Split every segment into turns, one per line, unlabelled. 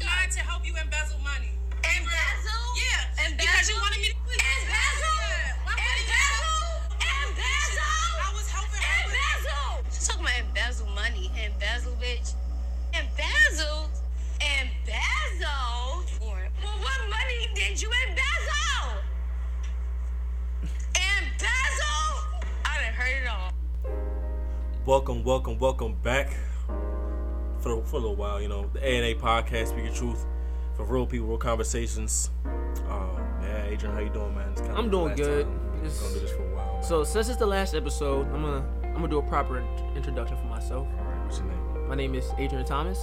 trying to help you embezzle money. You were-
Embezzle?
Yeah.
Embezzle?
Because you wanted me to quit.
Embezzle?
Yeah. Why would I-
Embezzle? Embezzle?
I was helping her with-
Embezzle! She's talking about embezzle money. Embezzle, bitch. Embezzle? Embezzle? Or- Well, what money did you embezzle? Embezzle? I done heard it all.
Welcome, welcome, welcome back for, for a little while. You know, the A and A podcast, speaking truth for real people, real conversations. Uh, yeah, Adrian, how you doing, man? It's kind
I'm doing good.
Just
Just-
gonna do this for a while. man.
So since it's the last episode, I'm gonna I'm gonna do a proper int- introduction for myself.
all right, what's your name?
My name is Adrian Thomas,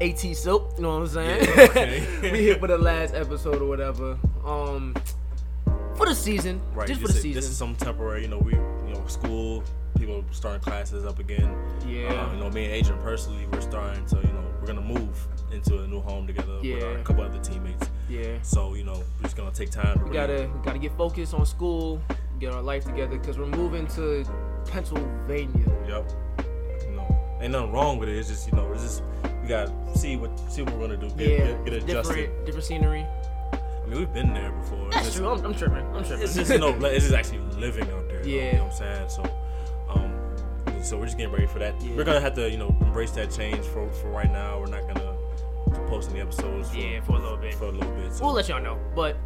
AT Silk. You know what I'm saying?
Yeah, okay.
we here for the last episode or whatever. Um, for the season,
Right,
just for
this
the
is,
season.
This is some temporary. You know, we, you know, school people starting classes up again.
Yeah.
Uh, you know, me and Adrian personally, we're starting to, you know, we're gonna move into a new home together with our,
Yeah.
a couple other teammates.
yeah,
So you know, we're just gonna take time. To
we gotta gotta get focused on school, get our life together, cause we're moving to Pennsylvania.
Yep. You know, ain't nothing wrong with it. It's just you know, it's just we gotta see what see what we're gonna do. Get,
yeah,
get, get
it's
adjusted.
different, different scenery.
I mean, we've been there before. It's
That's
just-
true. I'm, I'm tripping. I'm tripping.
It's just you know, like, it's just actually living out there. though, You
Yeah.
know what I'm saying? So, um, so we're just getting ready for that.
Yeah.
We're gonna have to you know embrace that change for for right now. We're not gonna post any episodes. For,
Yeah, for a little bit.
For a little bit. So.
We'll let y'all know. But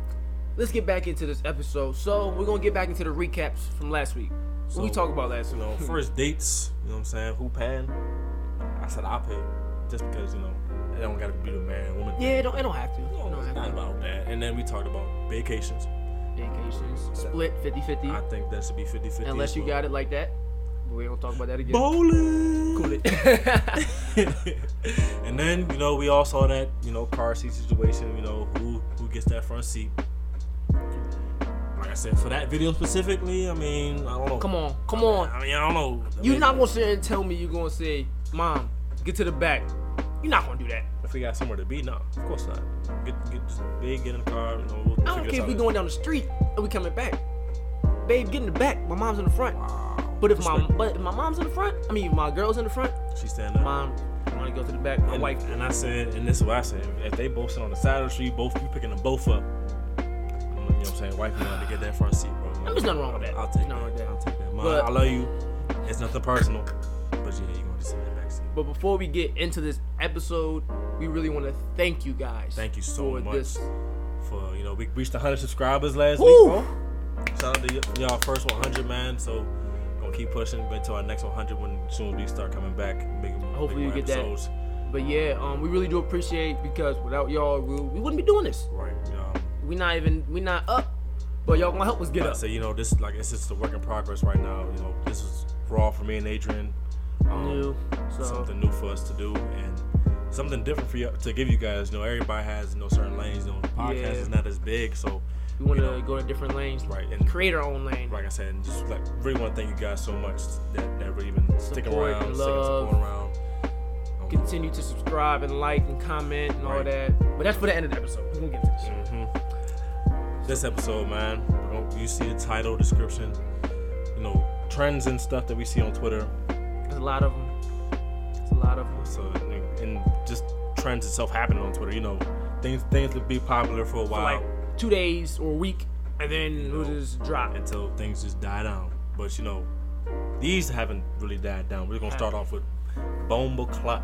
let's get back into this episode. So we're gonna get back into the recaps from last week.
So,
what we talked about last
you
week.
know, first dates. You know what I'm saying? Who pan? I said I pay, just because you know it don't gotta be the man woman.
yeah, it don't it don't have to.
No,
It don't
it's
have
not
to.
about that. And then we talked about vacations.
Vacations. Split 50-50.
I think that should be 50 50.
unless you got it like that. But we don't talk about that again.
Bowling!
Cool it.
and then, you know, we all saw that, you know, car seat situation, you know, who who gets that front seat. Like I said, for that video specifically, I mean, I don't know.
come on, come on.
I mean, I don't know. I
You're
mean,
not gonna sit and tell me you're gonna say, Mom, get to the back. You're not gonna do that.
If we got somewhere to be, no, of course not. Get, get just big, get in the car, you know, we'll figure
I don't
this
care
out
if we
later.
going down the street and we coming back. Babe, get in the back. My mom's in the front. But if my
Respect.
but if my mom's in the front, I mean if my girl's in the front,
She's standing up.
mom, I wanna go to the back. My
and,
wife.
and I said, and this is what I said: if they both sit on the side of the street, both you picking them both up. You know what I'm saying? Wife, you want to get that front seat, bro.
There's nothing wrong with that.
I'll take
There's nothing
that.
wrong with that.
I'll take that. Mom,
But-
I love you. It's nothing personal, but yeah, you want to sit in the back seat.
But before we get into this episode, we really want to thank you guys.
Thank you so
for
much
This.
for you know we reached 100 subscribers last
Woo!
week, bro. Shout out to y- y'all first 100, man. So gonna keep pushing until our next 100 when as soon as we start coming back. Make, make
Hopefully you
more
get that.
episodes.
But yeah, um, we really do appreciate because without y'all, we, we wouldn't be doing this.
Right. Um,
We not even we not up, but y'all gonna help us get
Yeah.
up.
So you know, this like it's just a work in progress right now. You know, this is raw for me and Adrian. Um,
New, so
Something new for us to do and something different for you to give you guys. You know, everybody has you know certain lanes. You know, the podcast
Yeah.
is not as big, so
we want
you
to
know,
go to different lanes,
right, and-
create our own lane.
like I said, and just like really want to thank you guys so much that that really been sticking
Support
around,
and
sticking
love.
supporting around. Um,
Continue to subscribe and like and comment and all
Right.
that. But that's for the end of the episode. We're gonna get into this.
mhm. This episode, man, we're gonna- you see the title, description, you know, trends and stuff that we see on Twitter.
There's a lot of them. There's a lot of them.
So and- and just trends itself happening on Twitter. You know, things things would be popular for a
For
while
like two days or a week, and then we'll
know,
just drop.
until things just die down. But you know, these haven't really died down. We're gonna start off with Bomba Clot.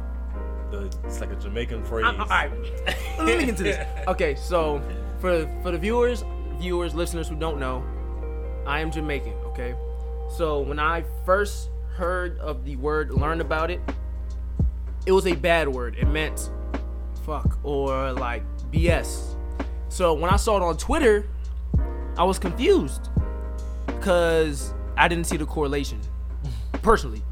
The, it's like a Jamaican phrase.
I'm, all right, let me get to this. Okay, so for for the viewers, viewers, listeners who don't know, I am Jamaican. Okay, so when I first heard of the word, learned about it, it was a bad word. It meant fuck or like BS. So when I saw it on Twitter, I was confused because I didn't see the correlation personally.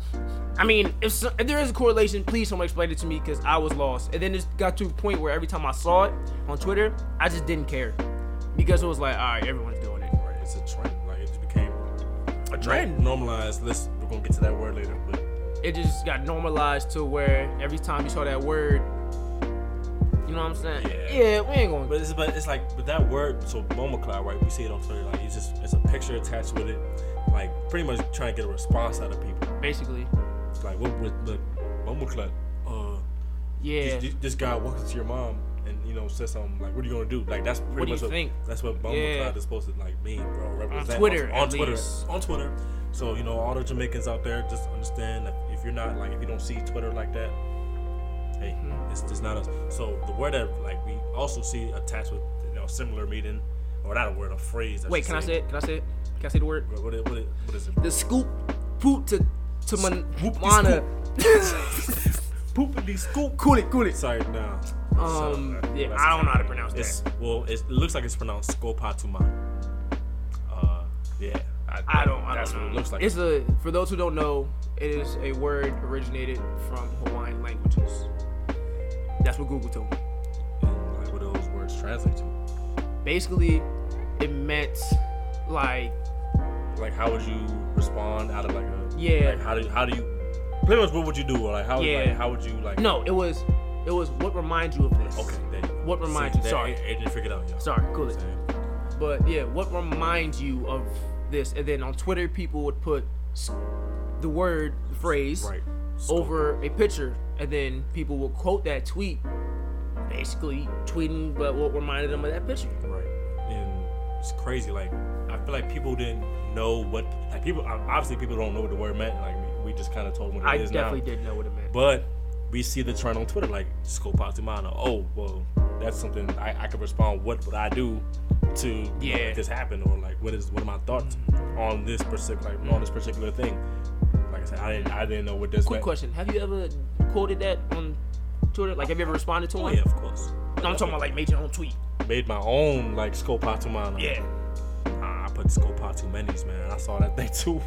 I mean, if, so, if there is a correlation, please someone explain it to me because I was lost. And then it got to a point where every time I saw it on Twitter, I just didn't care because it was like, all right, everyone's doing it.
Right, It's a trend. Like it just became a
trend.
Normalized. Let's we're gonna get to that word later. But
It just got normalized to where every time you saw that word, you know what I'm saying?
Yeah.
we ain't going. to
But it's but it's like but that word so MoMA cloud right? We see it on Twitter like it's just it's a picture attached with it, like pretty much trying to get a response out of people.
basically,
Like what would the MoMA cloud? Uh,
yeah.
this, this guy walks to your mom and you know said something like, "What are you gonna do?" Like that's pretty
What do
much
you think?
that's what Bumble
Yeah.
Cloud is supposed to like mean, bro. Represent
Twitter,
on,
at
Twitter,
least.
on Twitter. So you know all the Jamaicans out there, just understand that if you're not like if you don't see Twitter like that, hey,
Hmm.
it's it's not us. So the word that like we also see attached with you know similar meaning, or not a word, a phrase.
Wait, can I say it? Can I say it? Can I say the word?
What, what, what, what is it?
The scoop, poop to to man,
Whoop-de-scoop.
mana.
Poopity scoop.
Cool it, cool it.
Sorry, nah.
Um,
So, uh,
yeah,
that's-
I don't know how to pronounce
It's
that.
well, it's, it looks like it's pronounced Skopatuma. Uh, yeah.
I don't. I
That's
don't know.
what it looks like.
It's a for those who don't know, it is a word originated from Hawaiian languages. That's what Google told me.
And, like, what do those words translate to?
Basically, it meant like
Like, how would you respond out of like a
Yeah.
Like, how do how do you? Pretty much, what would you do? Or like, how
Yeah.
like, how would you like?
no, it was it was what reminds you of this.
Okay. There you go.
What reminds
See,
you-
that-
sorry.
Adrian figured out. Y'all.
Sorry, cool it.
Same.
But yeah, what reminds you of this? And then on Twitter, people would put s- the word the phrase
Right. Scope.
over a picture, and then people will quote that tweet, basically tweeting but what reminded them of that picture.
Right. And it's crazy. Like, I feel like people didn't know what. Like, people obviously people don't know what the word meant. Like, we, we just kind of told them what
I
it is now.
definitely did know what it meant.
But we see the trend on Twitter, like Scopatimano. Oh, well, that's something I, I could respond. What would I do to you know,
Yeah. Mm-hmm.
make this happen, or like what is what are my thoughts on this particular like, on this particular thing? Like I said, I didn't I didn't know what this.
Quick
meant.
question: Have you ever quoted that on Twitter? Like, have you ever responded to
Oh
one?
yeah, of course.
No, I'm talking about like made your own tweet.
made my own like Scopatimano.
Yeah.
Nah, I put Scopat too many's man. I saw that thing too.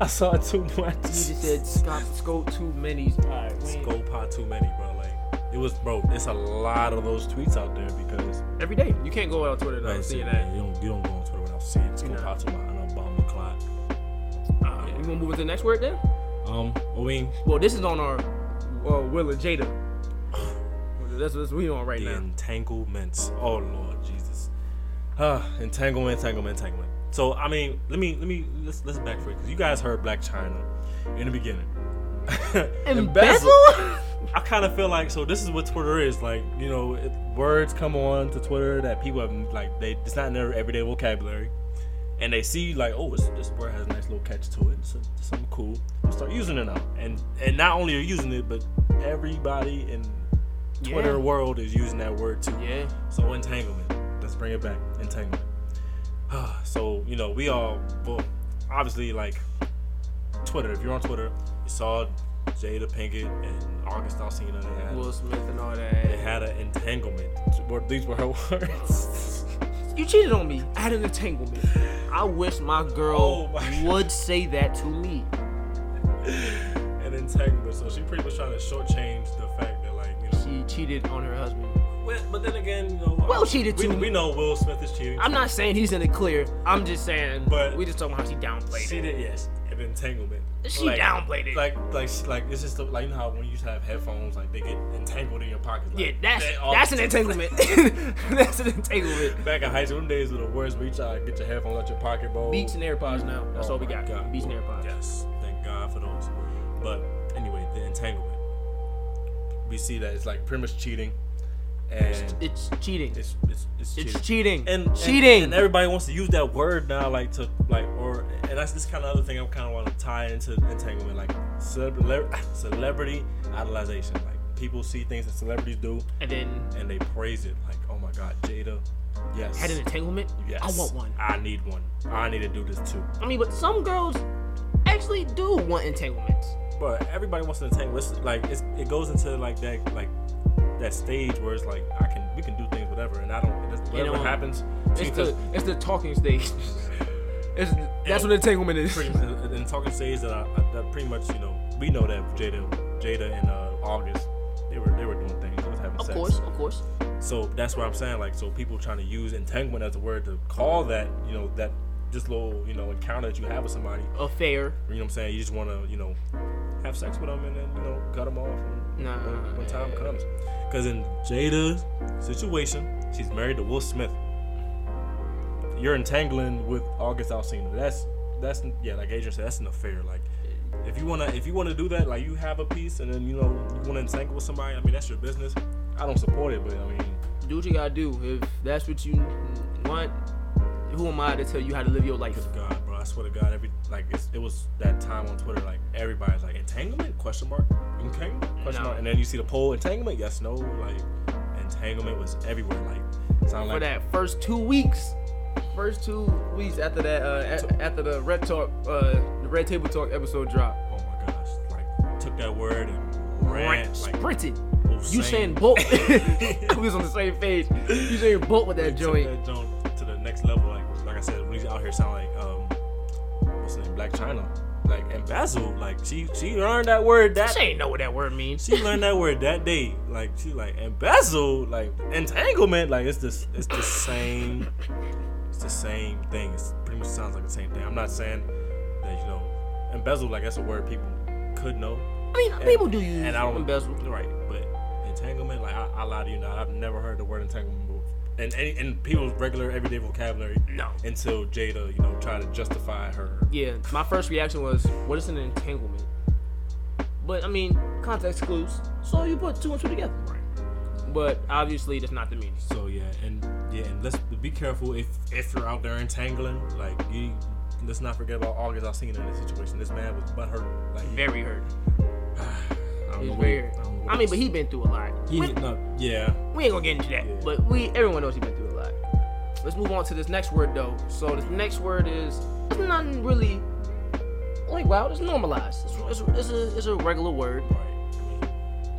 I saw it too much.
You just said stop, go too many.
Scopat too many, bro. Like it was, bro. It's a lot of those tweets out there because.
Every day. You can't go on Twitter
Like,
without seeing
see,
that.
man, You don't, you don't go on Twitter without seeing it's
Nah.
Scopato behind Obama clock.
Uh, You wanna move to the next word then?
Um, I mean,
Well, this is on our uh, Will and Jada. That's what we on right
the
now.
entanglements. Oh Lord Jesus. Ah, entanglement, entanglement, entanglement. So I mean, let me let me let's let's back for it because you guys heard Black China in the beginning. I kind of feel like so. This is what Twitter is like. You know, it, words come on to Twitter that people have like they. It's not in their everyday vocabulary, and they see like, oh, it's, this word has a nice little catch to it. So something cool. They start using it now, and and not only are you using it, but everybody in Twitter
Yeah.
world is using that word too.
Yeah.
So entanglement. Let's bring it back. Entanglement. so you know we all well, obviously like Twitter. If you're on Twitter, you saw Jada Pinkett and August Alsina. They had
Will Smith and all
they
that.
had an entanglement. Were- These were her words.
You cheated on me. I had an entanglement. I wish my girl
Oh my-
would say that to me.
an entanglement. So she pretty much trying to shortchange the fact that like you know.
She cheated on her husband.
Well, but then again, you know.
Will cheated
we,
too.
We know Will Smith is cheating.
I'm not saying he's in the clear. I'm just saying.
But-
we just talking about how she downplayed
She
it.
did, yes. An entanglement.
She downplayed it.
Like, like, she- like, it's just like you know how when you used to have headphones, like they get entangled in your pockets. Like,
Yeah, that's
they all-
that's an entanglement. that's an entanglement.
Back in high school, them days were the worst. Where you try to get your headphones out your pocket, bro.
Beats and AirPods now. That's
Oh
all we
my
got.
God.
Beats and AirPods.
Yes, thank God for those. But anyway, the entanglement. We see that it's like pretty much cheating, and
It's cheating. It's,
it's it's it's cheating.
cheating.
and
cheating.
and, and everybody wants to use that word now like to like or and that's this kind of other thing i kind of want to tie into entanglement like celeb- celebrity idolization like people see things that celebrities do
and then
and they praise it like oh my god jada yes
had an entanglement.
yes
I want one.
i need one i need to do this too
I mean, but some girls actually do want entanglements.
but everybody wants to entangle it's like it's, it goes into like that like that stage where it's like i can we can do things whatever and i don't it doesn't- whatever
um,
happens to
It's
me, 'cause-
the it's the talking stage. it's, that's what entanglement is.
pretty much in talking stage that I, that pretty much you know we know that Jada Jada and uh, August they were they were doing things they was having
Of
sex
course, of course.
so that's what I'm saying like so people trying to use entanglement as a word to call that you know that just little you know encounter that you have with somebody you
Affair.
know what I'm saying you just want to you know have sex with them and then you know cut them off when,
Nah.
when, when time comes because in Jada's situation she's married to Will Smith you're entangling with August Alsina that's that's yeah like Adrian said that's an affair like if you wanna if you wanna do that, like you have a piece and then you know you wanna entangle with somebody, I mean that's your business. I don't support it, but I mean
do what you gotta do. If that's what you want, who am I to tell you how to live your life?
God, bro, I swear to God, every like it's, it was that time on Twitter, like everybody's like entanglement question mark entanglement question
Mm, No.
mark, and then you see the poll entanglement, yes no, like entanglement was everywhere, like sound
For
like
that first two weeks, first two weeks after that, uh, a- after the red talk, uh, the red table talk episode dropped,
oh my gosh, like took that word and ran, like
sprinted. You
Usain
saying Bolt? we was on the same page. You saying Bolt with that
took
joint?
that joint to the next level. Like like I said, when he's out here sound like um what's the name? Black China. Like and Basil, like she she learned that word that
She ain't know what that word means.
she learned that word that day. Like she like and Basil, like entanglement, like it's this it's the same it's the same thing. It's pretty much sounds like the same thing. I'm not saying that, you know, embezzle, like that's a word people could know.
I mean, people do use
And I don't
embezzle.
Right, but entanglement, like I, I lie to you now, I've never heard the word entanglement before. And, and, and people's regular everyday vocabulary
No.
until Jada, you know, tried to justify her.
Yeah, my first reaction was, what is an entanglement? But I mean, context clues. So you put two and two together.
Right.
But obviously, that's not the meaning.
So yeah, and yeah, and let's be careful if if you're out there entangling, like you. Let's not forget about August. I seen in this situation. This man was butthurt. Like
Very hurt.
I don't
It's
know what-
very.
I, don't know
I mean,
what-
but he been through a lot.
he
we,
did not. Yeah,
we ain't gonna get into that.
Yeah.
But we, everyone knows he been through a lot. Let's move on to this next word though. So this next word is it's nothing really. Like wow, it's normalized. It's, it's, it's, a, it's a regular word.
right.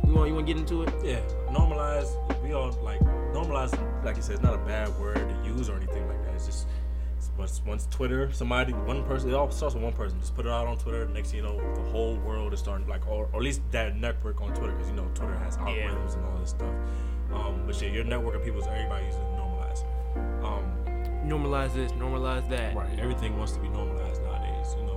I mean,
You want you want to get into it?
yeah, normalize. We all like normalize. Like you said, it's not a bad word to use or anything like that. It's just it's once once Twitter, somebody, one person. It all starts with one person. Just put it out on Twitter. Next, thing you know, the whole world is starting like, or, or at least that network on Twitter, because you know Twitter has algorithms and all this stuff. Um, but yeah, your network of people is everybody using normalize. Um,
Normalize this. Normalize that.
right. Everything wants to be normalized nowadays. You know.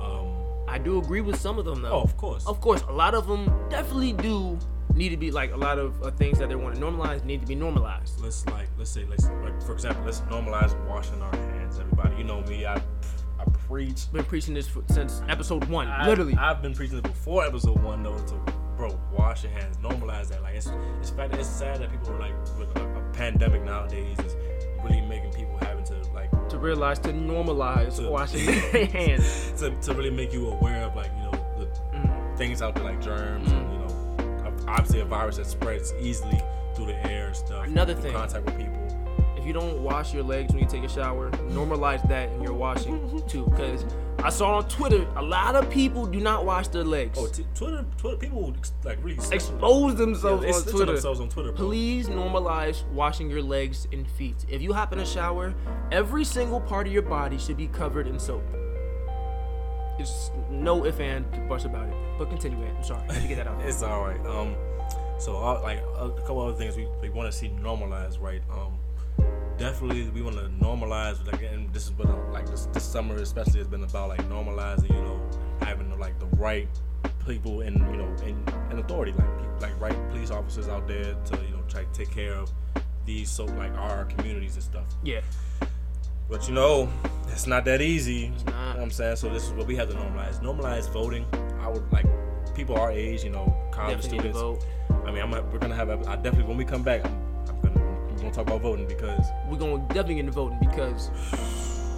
Um,
I do agree with some of them though.
oh, of course.
Of course, a lot of them definitely do need to be like a lot of uh, things that they want to normalize need to be normalized.
let's like let's say let's like for example let's normalize washing our hands everybody you know me i i preach
Been preaching this for, since episode one,
I-
literally.
i've been preaching this before episode one though to bro wash your hands normalize that like it's it's fact it's sad that people are like with a, a pandemic nowadays is really making people having to like
to realize to normalize
To-
washing their hands.
to, to really make you aware of like you know the things out there like germs and you know ob- obviously a virus that spreads easily through the air and stuff
Another
through
thing.
contact with people
If you don't wash your legs when you take a shower, normalize that in your washing too. Because I saw on Twitter a lot of people do not wash their legs.
oh t- twitter twitter people like really
Expose themselves
they
on
snitch on
Twitter.
themselves on Twitter, bro.
Please normalize washing your legs and feet. If you hop in a shower, every single part of your body should be covered in soap. It's no if and buts about it. But continue it. I'm sorry. I had to get that out. there.
It's all right. Um, so uh, like a couple other things we, we want to see normalized, right? Um, definitely we want to normalize. Like, and this has been uh, like this this summer especially has been about like normalizing. You know, having like the right people in you know in, in authority, like peop- like right police officers out there to you know try to take care of these so like our communities and stuff.
yeah.
But you know, it's not that easy.
not.
You know what I'm saying? So this is what we have to normalize. Normalize voting. I would like people our age, you know, college
Definitely need to
students.
vote.
I mean, I'm, we're gonna have. I definitely when we come back, I'm, I'm gonna we're gonna talk about voting because
We're going to definitely get into voting because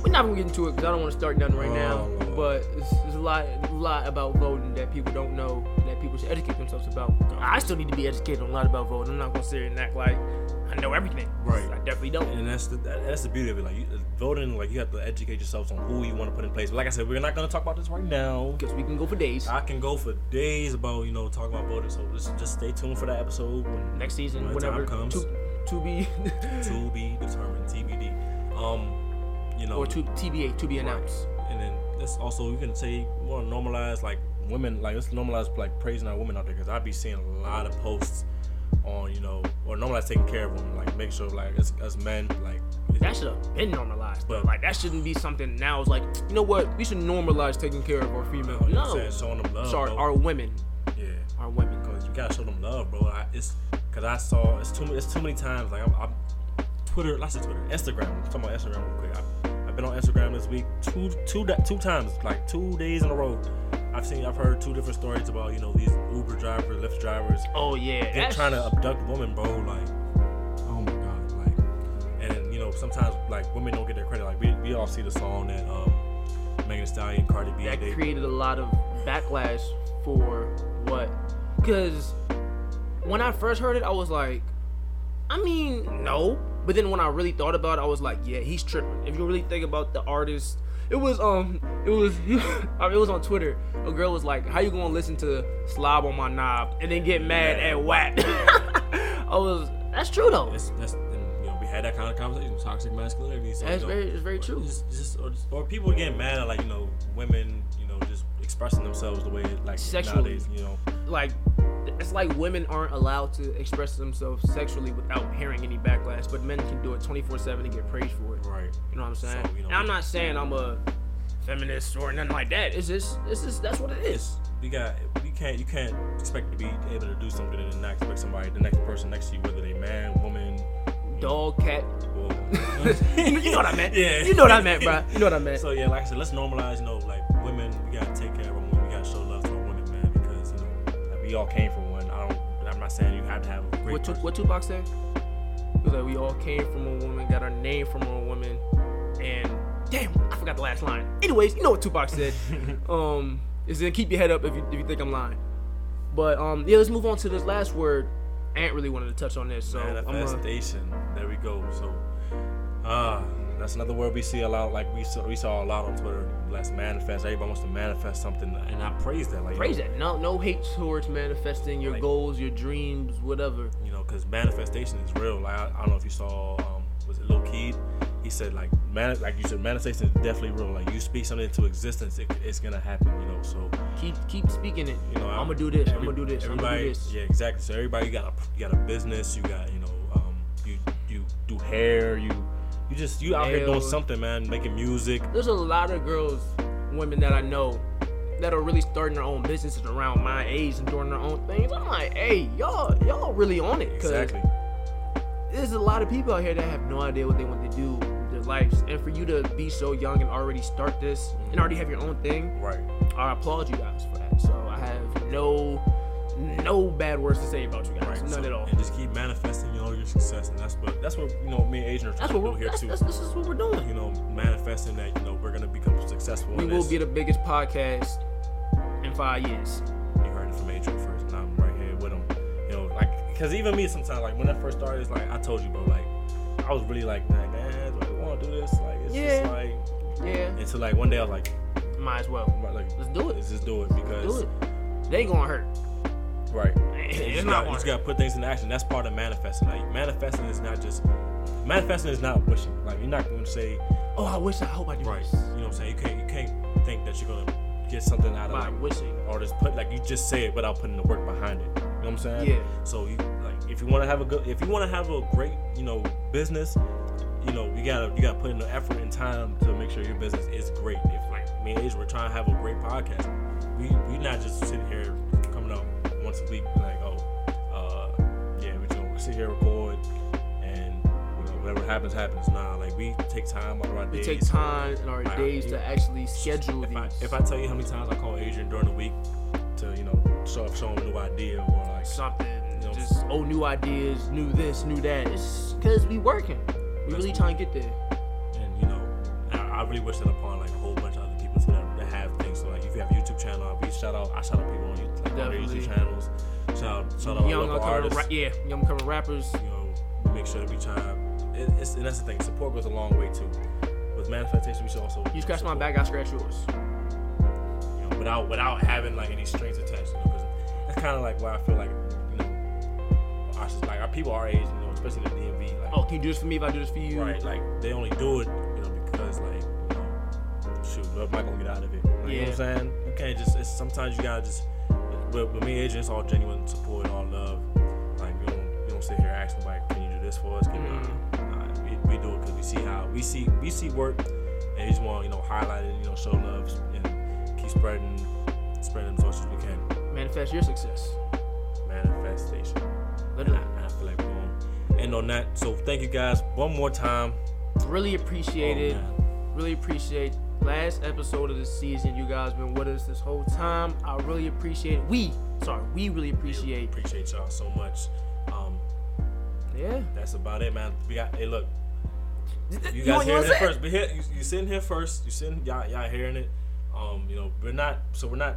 we're not going to get into it because I don't want to start nothing right now.
Oh, Lord.
But it's, it's a lot, a lot about voting that people don't know that people should educate themselves about. I still need to be educated on a lot about voting. I'm not going to sit here and act like I know everything.
Right.
I definitely don't.
and that's the that, that's the beauty of it. Like you, uh, voting, like you have to educate yourselves on who you want to put in place. But like I said, we're not gonna talk about this right now.
because we can go for days.
I can go for days about you know talking about voting. So just just stay tuned for that episode. When,
Next season,
when the time
whenever
comes.
to, to be
to be determined, TBD. Um, you know,
or to TBA to be announced.
and then that's also you can say want to normalize like women like let's normalize like praising our women out there because i be seeing a lot of posts on you know or normalize taking care of women like make sure like us, us men like it's-
That should have been normalized, but
But-
like that shouldn't be something now. It's like you know what? We should normalize taking care of our female.
you know what I'm
No,
saying? showing them love
sorry,
bro.
our women,
yeah
our women.
because you gotta show them love bro I, it's because i saw it's too many it's too many times like i'm, I'm twitter lots of twitter instagram i'm talking about instagram real quick I, i've been on instagram this week two two da- two times like two days in a row i've seen i've heard two different stories about you know these uber drivers lyft drivers
Oh yeah,
They're
that's-
trying to abduct women, bro. Like, oh my sometimes like women don't get their credit. Like we, we all see the song that um, Megan Thee Stallion, Cardi B,
that
they,
created a lot of backlash for what because when i first heard it i was like i mean no but then when i really thought about it i was like yeah he's tripping if you really think about the artist it was um it was I mean, it was on twitter a girl was like how you gonna listen to slob on my knob and then get mad at whack i was that's true though
That's, that's and, you know we had that kind of conversation, toxic masculinity. So,
That's
you know,
very- it's very
or
true.
Just, just, or, just- or people getting mad at like you know women, you know, just expressing themselves the way like
Sexually.
nowadays, you know.
like it's like women aren't allowed to express themselves sexually without hearing any backlash, but men can do it 24/7 and get praised for it.
Right.
You know what I'm saying?
So, you know,
and I'm not saying I'm a feminist or nothing like that. It's just it's just that's what it is.
We got we can't you can't expect to be able to do something and then not expect somebody the next person next to you, whether they man, woman,
Dog, cat.
or
you know what I meant.
Yeah.
You know what I meant, bro. You know what I meant.
So yeah, like I said, let's normalize. You know, like women, we gotta take care of our women. We gotta show love to our women, man, because you know like, we all came from one. I don't. I'm not saying you have to have a great.
what, tu-
person.
what Tupac said? He was like, we all came from a woman, got our name from a woman, and damn, I forgot the last line. Anyways, you know what Tupac said. um, is then keep your head up if you, if you think I'm lying. But um, yeah, let's move on to this last word. I ain't really wanted to touch on this, so I'm gonna,
manifestation. There we go. So, ah, that's another word we see a lot. Like we saw, we saw a lot on Twitter. Let's manifest. Everybody wants to manifest something, and I praise that. Like you
praise
know,
that. No, no hate towards manifesting your
Like-
goals, your dreams, whatever.
you know, because manifestation is real. Like I, I don't know if you saw, um, was it Lil Keed? He said like man, like you said, manifestation is definitely real. Like you speak something into existence, it, it's gonna happen. You know, so
Keep keep speaking it.
you know,
I'm, gonna do this.
every-
I'm gonna do this. I'm
Everybody,
gonna do this.
yeah, exactly. So everybody, you got a you got a business. You got you know, um, you you do hair. You you just you out here doing
Nails.
something, man. Making music.
there's a lot of girls, women that I know that are really starting their own businesses around my age and doing their own things. I'm like, hey, y'all, y'all really on it. 'cause
Exactly.
There's a lot of people out here that have no idea what they want to do with their lives. And for you to be so young and already start this and already have your own thing,
Right.
I applaud you guys for that. So I have no no bad words to say about you guys.
Right.
None
So-
at all.
And just keep manifesting, you know, your success, and that's what that's what you know me and Adrian are trying
That's
to
what
do
we're
here
that's,
too.
that's, this is what we're doing.
you know, manifesting that you know we're gonna become successful.
We
in
will
this.
be the biggest podcast in five years.
you heard it from Adrian first, and I'm right here with him. You know, like, cause even me sometimes, like when I first started, it's like I told you, bro, like I was really like, man, man, do I want to do this? Like, it's
Yeah.
just like,
Yeah.
and so like one day I was like,
Might as well.
I'm like,
Let's do it.
let's just do it because
Do it. They gonna hurt.
right,
It's
you just gotta-
not gonna
you just
hurt.
gotta put things into action. That's part of manifesting. Like manifesting is not just manifesting is not wishing. Like you're not gonna say,
Oh, I wish. I hope I do.
right,
Right.
you know what I'm saying? You can't you can't think that you're gonna get something out of
By
like
wishing.
or just put like you just say it without putting the work behind it. You know what I'm saying?
Yeah.
So you like if you want to have a good if you want to have a great you know business, you know you gotta you gotta put in the effort and time to make sure your business is great. If like me and Asia, we're trying to have a great podcast. We we not just sitting here coming up once a week like oh uh yeah we just gonna sit here record and you know whatever happens happens. Nah, like we take time out of our
We
days.
take time in our
Like,
days
you-
to actually schedule
If
these.
I, if I tell you how many times I call Adrian during the week to, you know, show, show him a new idea or like,
something,
No.
just oh, new ideas, new this, new that. It's because we working. We really trying to get there.
and you know, I, I really wish that upon like a whole bunch of other people too that, that have things. So like, if you have a YouTube channel, we shout out, I shout out people on YouTube, like, on their
Definitely.
YouTube channels. Shout out, shout out our
Young
local
upcoming,
artists.
ra- yeah, young upcoming rappers.
You know, we make sure that we try. It, it's, and that's the thing, support goes a long way too. With manifestation, we should also.
You scratch my
support,
back, I scratch yours.
you know, without without having like any strings attached. You know, 'cause that's kind of like why I feel like, you know, I just like our people our age, you know, especially the DMV, like.
Oh, can you do this for me? If I do this for you,
Right, like they only do it, you know, because like, you know, shoot, what am I gonna get out of it? Like, You know what I'm saying? You can't just. It's, sometimes you gotta just. But with me, and Adrian, it's all genuine support, all love. Like you don't, you don't sit here asking like, can you do this for us? Can you, nah, nah, we, we do it because we see how we see we see work, and we just want you know highlight it, you know, show love, and keep spreading spreading as much as we can.
manifest your success.
Manifestation.
Literally.
I, I feel like we're on. And on that, so thank you guys one more time.
Really appreciate
Oh,
it.
man.
really appreciate last episode of the season you guys been with us this whole time i really appreciate we sorry we really appreciate
appreciate y'all so much. Um,
yeah
that's about it, man. We got hey, look, You
wanna-
guys hearing
wanna
it
say
first. But here, you, you sitting here first. You sitting, y'all, y'all hearing it. Um, you know, we're not. So we're not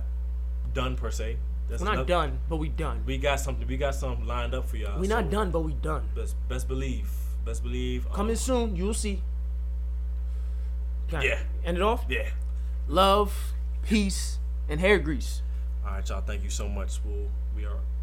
done per se. That's
We're not
another-
done, but we done.
We got something. We got something lined up for y'all.
We're not
so
done, but we done.
Best, best believe. Best believe. um,
Coming soon, you'll see. Can I
Yeah.
End it off?
Yeah.
Love, peace, and hair grease.
All right, y'all. Thank you so much. We'll, we are